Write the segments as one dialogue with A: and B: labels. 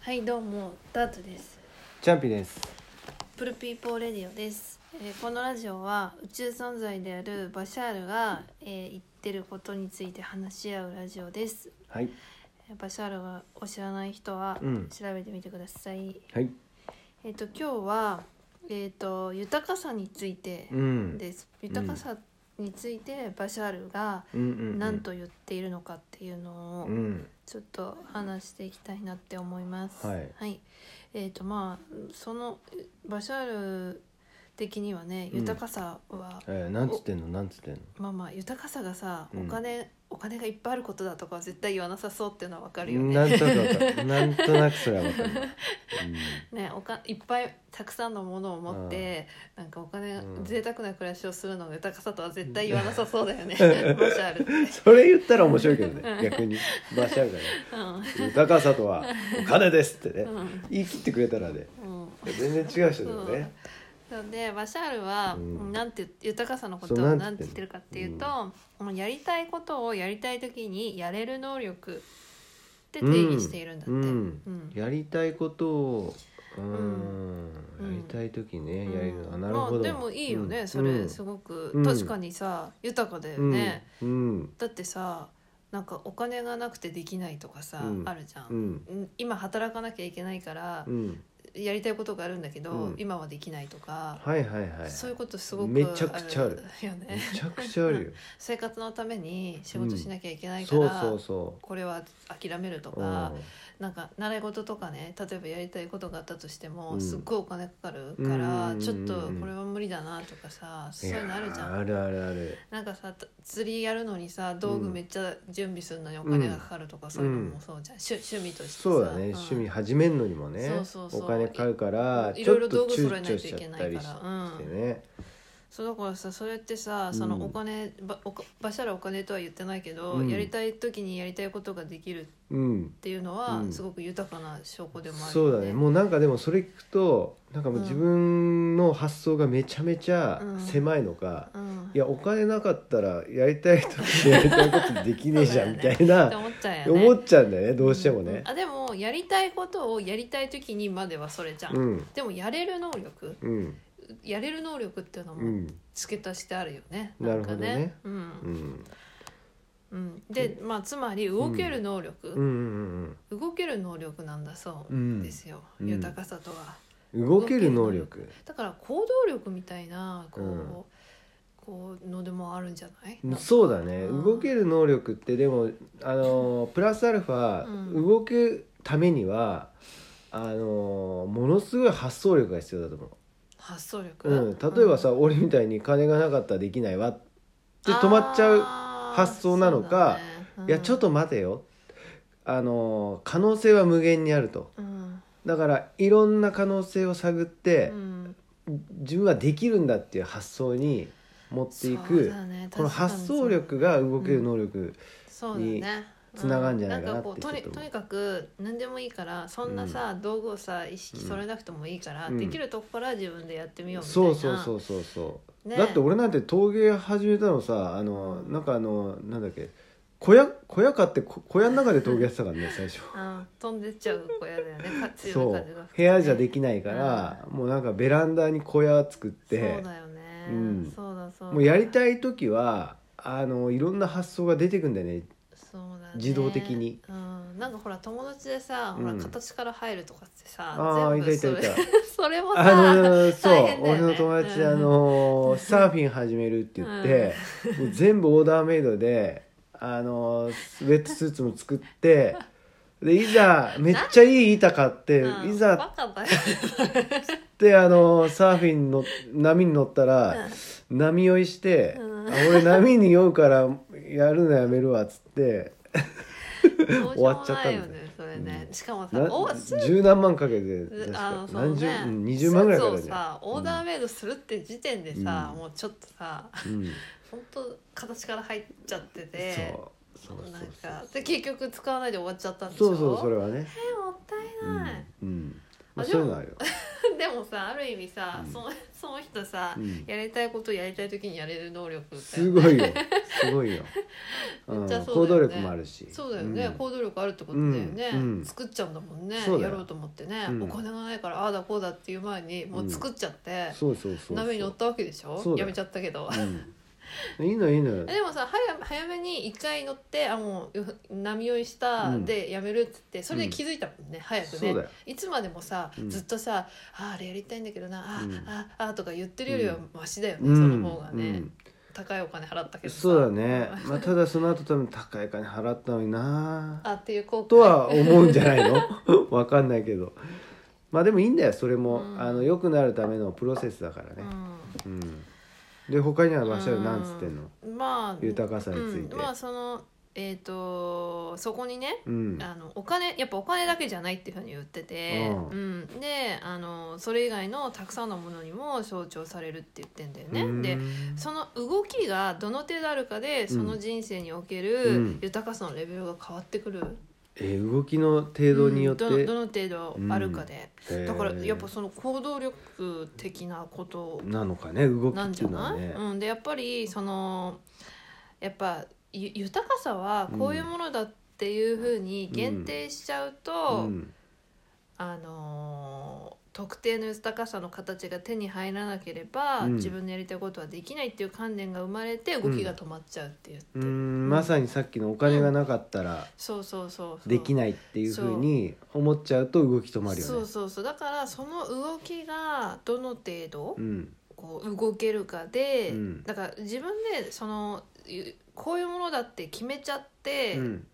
A: はいどうもダートです
B: チャンピです。
A: プルピーポーレディオです、えーこのラジオは宇宙存在であるバシャールが、えー言ってることについて話し合うラジオです
B: はい。
A: えーバシャールがお知らない人は
B: うん
A: 調べてみてください、
B: はい。
A: えっ、と今日はえっ、と豊かさについて
B: うん。
A: です、豊かさについてバシャールが
B: うんうん、うん。
A: 何と言っているのかっていうのを
B: うん。
A: ちょっと話していきたいなって思います。
B: はい
A: えっ、とまあそのえバシャール的にはね、
B: うん
A: 豊かさは、
B: えー、なんつってんの、なんつってんの。
A: まあまあ豊かさがさ、
B: うん
A: お金お金がいっぱいあることだとかは絶対言わなさそうっていうのはわかるよね。
B: なんとなくわかる。なんとなくそれはわかる。
A: ね、おかいっぱいたくさんのものを持って、なんかお金、
B: うん
A: 贅沢な暮らしをするのが豊かさとは絶対言わなさそうだよ ねバシャールって、
B: うん。それ言ったら面白いけどね。逆に。バシャルがね。豊かさとは。お金ですってね
A: う。んうん
B: 言い切ってくれたらね。
A: うん、
B: 全然違う人だよね。
A: そうでバシャールは、
B: うん
A: なんて豊かさのことを
B: そうなんて
A: なんて言ってるかっていうと、もうやりたいことをやりたい時にやれる能力って定義しているんだって。
B: う
A: うん
B: ん。やりたいことを。うーん。
A: う
B: や
A: ん
B: りたい時ね、
A: うん
B: やるの。あなるほ
A: まあ
B: ど。
A: でもいいよね、
B: うん
A: それすごく、
B: うん
A: 確かにさ豊かだよね、。
B: うんうん。
A: だってさなんかお金がなくてできないとかさ、
B: うん
A: あるじゃ、
B: うんん。
A: 今働かなきゃいけないから
B: う、ん。
A: やりたいことがあるんだけど、
B: うん
A: 今はできないとか、
B: はいはいはい。
A: そういうことすごく
B: めちゃくちゃある
A: よ
B: め
A: ね。
B: ちゃくちゃあるよ。
A: 生活のために仕事しなきゃいけ ないか
B: そう
A: ら、
B: そうそ
A: これは諦めると
B: う。
A: か、なんか習い事とかね例えばやりたいことがあったとしても、
B: うん
A: すっごいお金かかるから、
B: うん
A: ちょっとこれは無理だなとかさ、そういうのあるじゃ
B: いやーあ
A: ん。
B: るあるある。
A: なんかさ釣りやるのにさ道具めっちゃ準備するのにお金がかかるとか、そういうのもそうじゃん趣趣味としてさ
B: そうだね、
A: ん
B: 趣味始めるのにもね
A: そうそうそう
B: お金かかるから
A: い
B: ち
A: ろい
B: ょ
A: ろ
B: っと
A: 道具
B: 躊
A: 揃えないと
B: 躇
A: い
B: し
A: け
B: ちゃっ
A: な
B: た
A: い
B: り
A: か
B: し
A: ら
B: て
A: うん
B: ね
A: そうだからさそれってさ
B: うん
A: そのお金、ばおかばしゃらお金とは言ってないけど、
B: うん
A: やりたい時にやりたいことができる
B: うん
A: っていうのは、
B: うん
A: すごく豊かな証拠でもある
B: そうだねもうなんかでもそれ聞くとなんかもう自分の発想がめちゃめちゃ狭いのか、
A: うん、
B: いやお金なかったらやりたい時にやりたいことできねえじゃん、
A: そう
B: み
A: だ
B: た
A: よね
B: いな、
A: って思っちゃうよね
B: 思っちゃうんだよねどうしてもね
A: んあでもやりたいことをやりたい時にまではそれじゃん、
B: うん
A: でもやれる能力
B: うん
A: やれる能力っていうの
B: う
A: も
B: ん
A: 付け足してあるよね、
B: なる
A: ん
B: ほ
A: か
B: どね
A: う
B: うんん
A: うん、で、まあ、つまり動ける能
B: うんう
A: 力、
B: ん
A: 動ける能力なんだそ
B: うんう
A: うんですよ、
B: うん
A: 豊かさとは。
B: 動ける能力
A: だから行動力みたいなこう、
B: うん
A: こうのでもあるんじゃない
B: そうだね
A: うん
B: 動ける能力ってでもあのープラスアルフ
A: う
B: ァ
A: ん
B: 動くためにはあのーものすごい発想力が必要だと思
A: 発想力、
B: う、うん、例えばさ、俺みたいに金がなかったらできないわって止まっちゃう
A: う
B: 発想なのかいやちょっ、と待てよあのー可能性は無限にあると
A: うん
B: だからいろんな可能性を探って
A: う、ん
B: 自分はできるんだっていう発想に持ってい
A: そう
B: く、
A: だね
B: この発想力が動ける能力、
A: そうだね
B: つながんじゃないかなって
A: うんんかこうとに
B: ちょっと
A: とにかく何でもいいからそんなさ、道具をさ意識それなくてもいいから、
B: うん
A: できるとこから自分でやってみようみたい
B: そ
A: な
B: うそうそううそうそう、
A: ね
B: だって俺なんて陶芸始めたのさあのなんかあのなんだっけ小屋小屋買ってこ小屋の中で陶芸やってた からね最初
A: ん飛んでっちゃう小屋だよねか強い風
B: そ
A: が吹く
B: う
A: とね
B: 部屋じゃできないから、もうなんかベランダに小屋作っ
A: そ
B: て
A: うだよね、
B: うん
A: そうだそうだ
B: もうやりたい時はあのいろんな発想が出てくんだよね
A: そうだね
B: 自動的に、
A: うん、なんかほら友達でさ、
B: うん
A: ほら形から入るとかってさ
B: ああい
A: 全
B: た
A: 部
B: い
A: そ
B: たい
A: れ
B: た
A: それもさ
B: あのそう、
A: 大変だよ
B: 俺
A: ね
B: の友達で、
A: うん
B: あのサーフィン始めるって言って、もう全部オーダーメイドであのウェットスーツも作ってでいざめっちゃいい板買って、
A: うん
B: いざ
A: バカだよ
B: ってあのサーフィンの波に乗ったら、波酔いして、
A: うん
B: あ俺波に酔うからやるのやめるわっつって
A: 終
B: 終わっちゃったんだ
A: よ
B: よ
A: ねそれね、しかもさ
B: な
A: おスーツ
B: 十何万かけて確
A: あ
B: か
A: のその
B: 何十、
A: ね
B: うん20万ぐらいか
A: ス
B: か
A: ー
B: る
A: ツを
B: じゃ
A: さオーダーメイドするって時点でさ、
B: うん
A: もうちょっとさ
B: ん、うん、
A: 本当形から入っちゃってて
B: そうそうそう
A: なん
B: そう
A: かで結局使わないで終わっちゃったんでしょ
B: そうそうそれはね、
A: えもったいない、
B: うん、うんま
A: あ
B: あ、
A: で
B: そう
A: も
B: いうのあるよ
A: でもさある意味さ、
B: うん
A: そ損損の人さ、
B: うん
A: やりたいことやりたい時にやれる能力だよね
B: すごいよすごいよ、
A: めっちゃそ
B: 行
A: うだ
B: 動
A: よね
B: 力もあるし
A: そうだよね、
B: うん
A: 行動力あるってことだよね、
B: うんうん
A: 作っちゃうんだもんね
B: そうだ
A: や
B: よ
A: ろうと思ってね、
B: うん
A: お金がないからああだこうだっていう前にもう作っちゃって、
B: そうそうそう
A: 波に乗ったわけでし
B: そ
A: ょ
B: うだよ
A: やめちゃったけど、
B: うん、いいのいいの
A: でもさ早早めに一回乗ってあもう波酔いした、
B: うん
A: でやめるっつってそれで気づいたもんね、早く
B: そうだ
A: ね
B: よ
A: いつまでもさ、
B: うん
A: ずっとさ「あああれやりたいんだけどなあ、
B: うん
A: あああ」とか言ってるよりはマシだよね、
B: うん
A: その方がね、
B: うん
A: 高いお金払ったけどさ
B: そうだね、 まあ、ただその後多分高い金払ったのにな
A: あっていう後悔
B: とは思うんじゃないの わかんないけどまあでもいいんだよそれも、
A: うん
B: あの良くなるためのプロセスだからね
A: う
B: うん、で他にはバシャルなんつってんの、
A: ん、まあ
B: 豊かさについて
A: うん、まあそのえっ、とそこにね
B: うん
A: あのお金やっぱお金だけじゃないっていうふうに言ってて、
B: う
A: うんであのそれ以外のたくさんのものにも象徴されるって言ってんだよ
B: う
A: ね。
B: ん
A: でその動きがどの程度あるかでその人生におけ
B: う
A: る
B: ん
A: 豊かさのレベルが変わってくる、
B: えー動きの程度によっ
A: う
B: て、
A: んどどの程度あるかで、
B: へー
A: だからやっぱその行動力的なこと
B: なのかね動き
A: な
B: っ
A: ん
B: て
A: じ
B: い
A: ゃ
B: うのは
A: ない、
B: ね
A: うん、でやっぱりそのやっぱゆ豊かさはこういうものだっていうふうに限定しちゃうと、
B: うん
A: あのー特定の豊かさの形が手に入らなければ、
B: うん
A: 自分のやりたいことはできないっていう観念が生まれて動きが止まっちゃうっていう、
B: うんまさにさっきのお金がなかったら
A: そうそうそうそう
B: できないっていうふうに思っちゃうと動き止まるよね
A: そうそうそうだからその動きがどの程度、
B: うん
A: こう動けるかで、
B: うん
A: だから自分でそのゆこういうものだって決めちゃって、
B: うん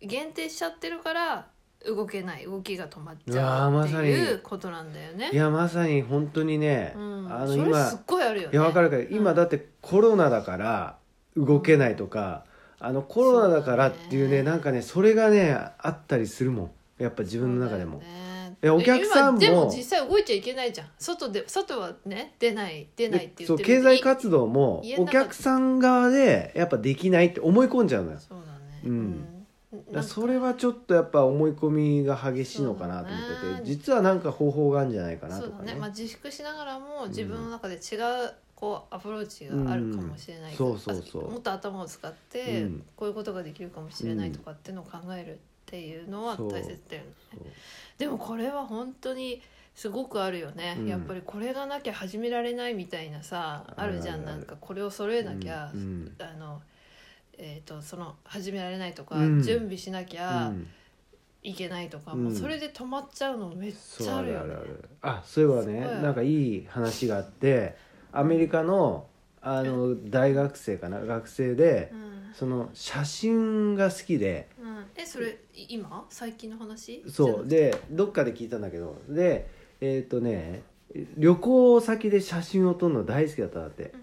A: 限定しちゃってるから動けない動きが止まっち
B: う
A: ゃ
B: わ
A: う
B: ー
A: って
B: まさ
A: い
B: に
A: うことなんだよね
B: い。やまさに本当にね、
A: うん、
B: あの
A: それ
B: 今
A: すっごいあるよ
B: い
A: ね。
B: やわかるから今だってコロナだから動けないとか、あのコロナだからっていうね
A: そうだね
B: なんかねそれがねあったりするもんやっぱ自分の中で
A: そ
B: も、
A: うだよね
B: いやお客さんも
A: 今でも実際動いちゃいけないじゃん外で外はね出ない出ないって言
B: でそ
A: っ
B: う
A: てる
B: 経済
A: 活
B: 活動も
A: 家の
B: お
A: 中で
B: 客さん側でやっぱできないって思い込んじゃうのよだか
A: そうだね
B: うん、
A: うん
B: らそれはちょっとやっぱ思い込みが激しいのかなと思
A: そう
B: っ
A: だ
B: て
A: ね
B: て実はなんか方法があるんじゃないかな
A: そ
B: と
A: うだ
B: か
A: ね
B: ね
A: まあ、自粛しながらも自分の中で違うこうアプローチがあるかもしれない、
B: うんそうそうそう
A: あもっと頭を使って
B: うん
A: こういうことができるかもしれないとかっていうのを考えるっていうのは
B: そう
A: 大切だよね、
B: そう
A: でもこれは本当にすごくあるよね、
B: うん
A: やっぱりこれがなきゃ始められないみたいなさあるじゃん
B: あるあるある
A: なんかこれを揃えなきゃ、
B: うんうん
A: あのえー、とその始められないとか、
B: うん
A: 準備しなきゃ
B: うん
A: いけないとか、
B: うん
A: もうそれで止まっちゃうのめっ
B: そう
A: ちゃあ
B: あ
A: る
B: る
A: よ
B: あ
A: ね
B: るあ。るあそういえば
A: すごいあ
B: ね
A: る
B: なんかいい話があってアメリカのあの大学生かな学生で
A: うん
B: その写真が好きで
A: うん、えそれい今最近の話
B: そう
A: じゃ
B: でどっかで聞いたんだけどでえっ、とね旅行先で写真を撮るの大好きだったんだって
A: なく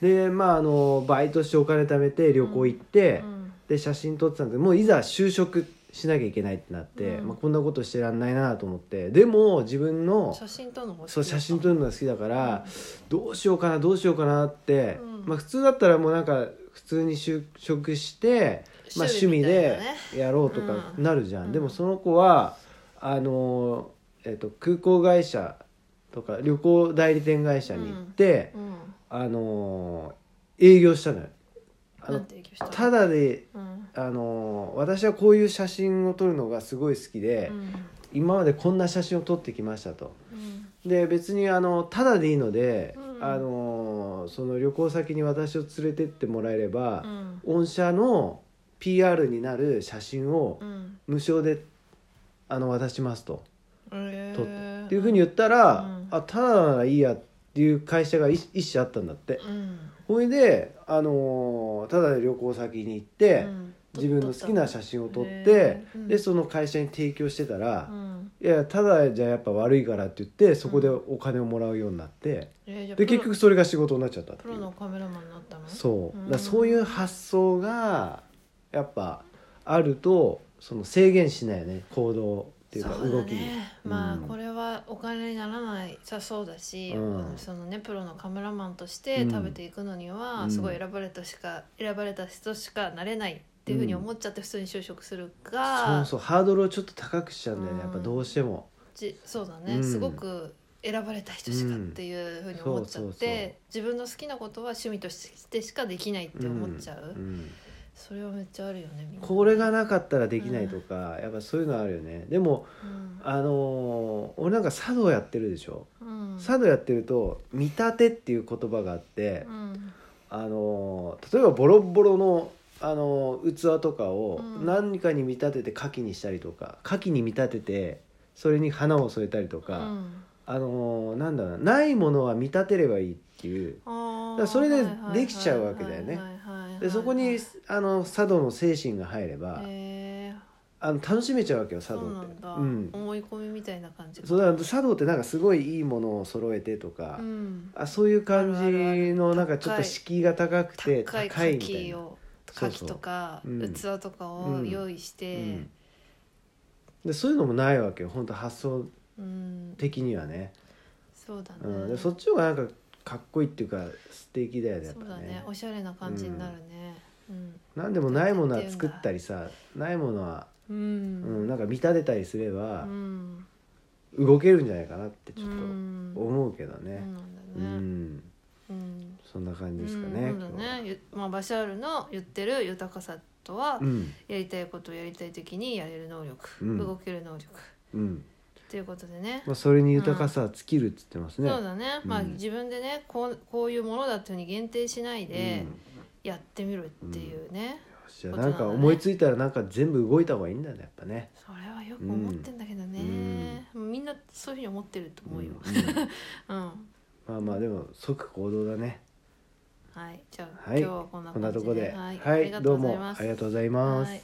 A: て
B: でまああのバイトしてお金貯めて旅行行って、
A: うんうん
B: で写真撮ってたんでもういざ就職しなきゃいけないってなって、
A: うん
B: まあ、こんなことしてらんないなと思ってでも自分の
A: 写真撮るのも好き
B: そう
A: だった
B: 写真撮るのが好きだから、どうしようかなどうしようかなって、
A: うん
B: まあ、普通だったらもうなんか普通に就職して、まあ、
A: 趣
B: 趣味
A: 味みたいな
B: で
A: ね
B: やろうとかなるじゃん、
A: うん
B: でもその子はあの、えっと空港会社とか旅行代理店会社に行って、
A: うん
B: あの営業したのよ。あ
A: な
B: の
A: んて影響した
B: ただで
A: うん
B: あの私はこういう写真を撮るのがすごい好きで、
A: うん
B: 今までこんな写真を撮ってきましたと。
A: うん
B: で別にあのただでいいので、
A: うん
B: あのその旅行先に私を連れてってもらえれば
A: う、ん
B: 御社の PR になる写真を
A: うん
B: 無償であの渡しますと、
A: え
B: 撮
A: ー
B: っていうふうに言ったら、
A: うん
B: あただならいいやっていう会社が一一社あったんだって、
A: うん
B: ほいで、あのただで旅行先に行って、
A: うん
B: 自分の好きな写真を撮っ
A: へ
B: て
A: ー、うん
B: でその会社に提供してたら、
A: うん
B: いやただじゃやっぱ悪いからって言ってそこでお金をもらうようになって、
A: えーじゃあ
B: で
A: プロ
B: 結局それが仕事になっちゃったって
A: プ
B: い
A: ロ
B: う
A: のカメラマンになったの
B: そう
A: うん
B: だからそういう発想がやっぱあるとその制限しないよね行動っていうか
A: そうだ
B: 動きに
A: ねまあ
B: うん
A: これはお金にならないさそうだし、
B: うん
A: そのねプロのカメラマンとして
B: うん
A: 食べていくのには、
B: うん
A: すごい選ばれたしか選ばれた人しかなれないっていうふうに思っちゃって普通に就職する
B: そう
A: か、
B: そうハードルをちょっと高くしちゃうんだよねやっぱどうしても
A: じそうだね、
B: うん
A: すごく選ばれた人しかっていうふうに思っちゃって、
B: うんそうそうそう
A: 自分の好きなことは趣味としてしかできないって思っちゃう、
B: うん
A: それはめっちゃあるよねみんな
B: これがなかったらできないとか、やっぱそういうのあるよねでも
A: うん
B: あのー俺なんか茶道やってるでしょ、
A: うん
B: 茶道やってると「見立て」っていう言葉があって、
A: うん
B: あのー例えばボロッボロの、あのー器とかを
A: うん
B: 何かに見立てて花器にしたりとか花器に見立ててそれに花を添えたりと
A: う
B: か、
A: ん
B: あのーなんだろうなないものは見立てればいいっていう
A: あー
B: だからそれでできちゃうわけだよね
A: はいはいはいはい
B: でそこにあの茶道の精神が入れば、
A: へー
B: あの楽しめちゃうわけよ茶
A: そ
B: 道
A: うな
B: っ
A: ん
B: て
A: だ、
B: うん、
A: 思い込みみたいな感じか
B: そうだから茶道ってなんかすごいいいものを揃えてとか、
A: うん、
B: あそういう感
A: あるある
B: じのなんかちょっと敷居が高くて
A: 高い
B: 高い
A: 牡
B: みたい
A: 蠣
B: な、
A: を牡
B: そうそ
A: 蠣と
B: う
A: か
B: うん
A: 器とかを用意し
B: う
A: て
B: ん、でそういうのもないわけよ本当発想
A: うん、
B: 的にはね、
A: そうだね、
B: うんでそっちの方がなんかかっこいいっていうか素敵だよねやっ
A: そう
B: ぱ
A: だ
B: ね
A: ねおしゃれな感じになるねうん、
B: なんでもないものは作ったりさないものは、
A: う
B: うん
A: ん
B: なんか見立てたりすれ
A: う
B: ば
A: ん
B: 動けるんじゃないかなってちょっ
A: うん
B: と思うけど
A: そうな
B: ね
A: ん
B: う
A: だ
B: ん、
A: ねうん
B: そんな感じですか
A: う
B: ね
A: んそう
B: 今日
A: だ
B: は
A: ねゆまあバシャールの言ってる豊かさとは、
B: うん
A: やりたいことをやりたい時にやれる能力、
B: うん
A: 動ける能力
B: うん
A: ということでね
B: まあ、それに豊かさは尽きるって言ってますね、
A: そうだね、まあ
B: うん
A: 自分でねこうこういうものだっていうふうに限定しないで
B: うん
A: やってみるっていうね、
B: じゃあなんか思いついたらなんか全部動いた方がいいんだねやっぱね。
A: それはよく思ってんだけどね、みんなそういうふうに思ってると思うよ、
B: うんうん
A: うん
B: まあまあでも即行動だね。
A: はいじゃあ、
B: はい。
A: 今日はこんな
B: こ
A: 感
B: んな
A: じ
B: とこで、
A: はい、
B: は
A: あ
B: い
A: りがと
B: ど
A: う
B: う
A: ござい
B: も
A: ま
B: あ
A: す
B: りがとうございます。
A: はい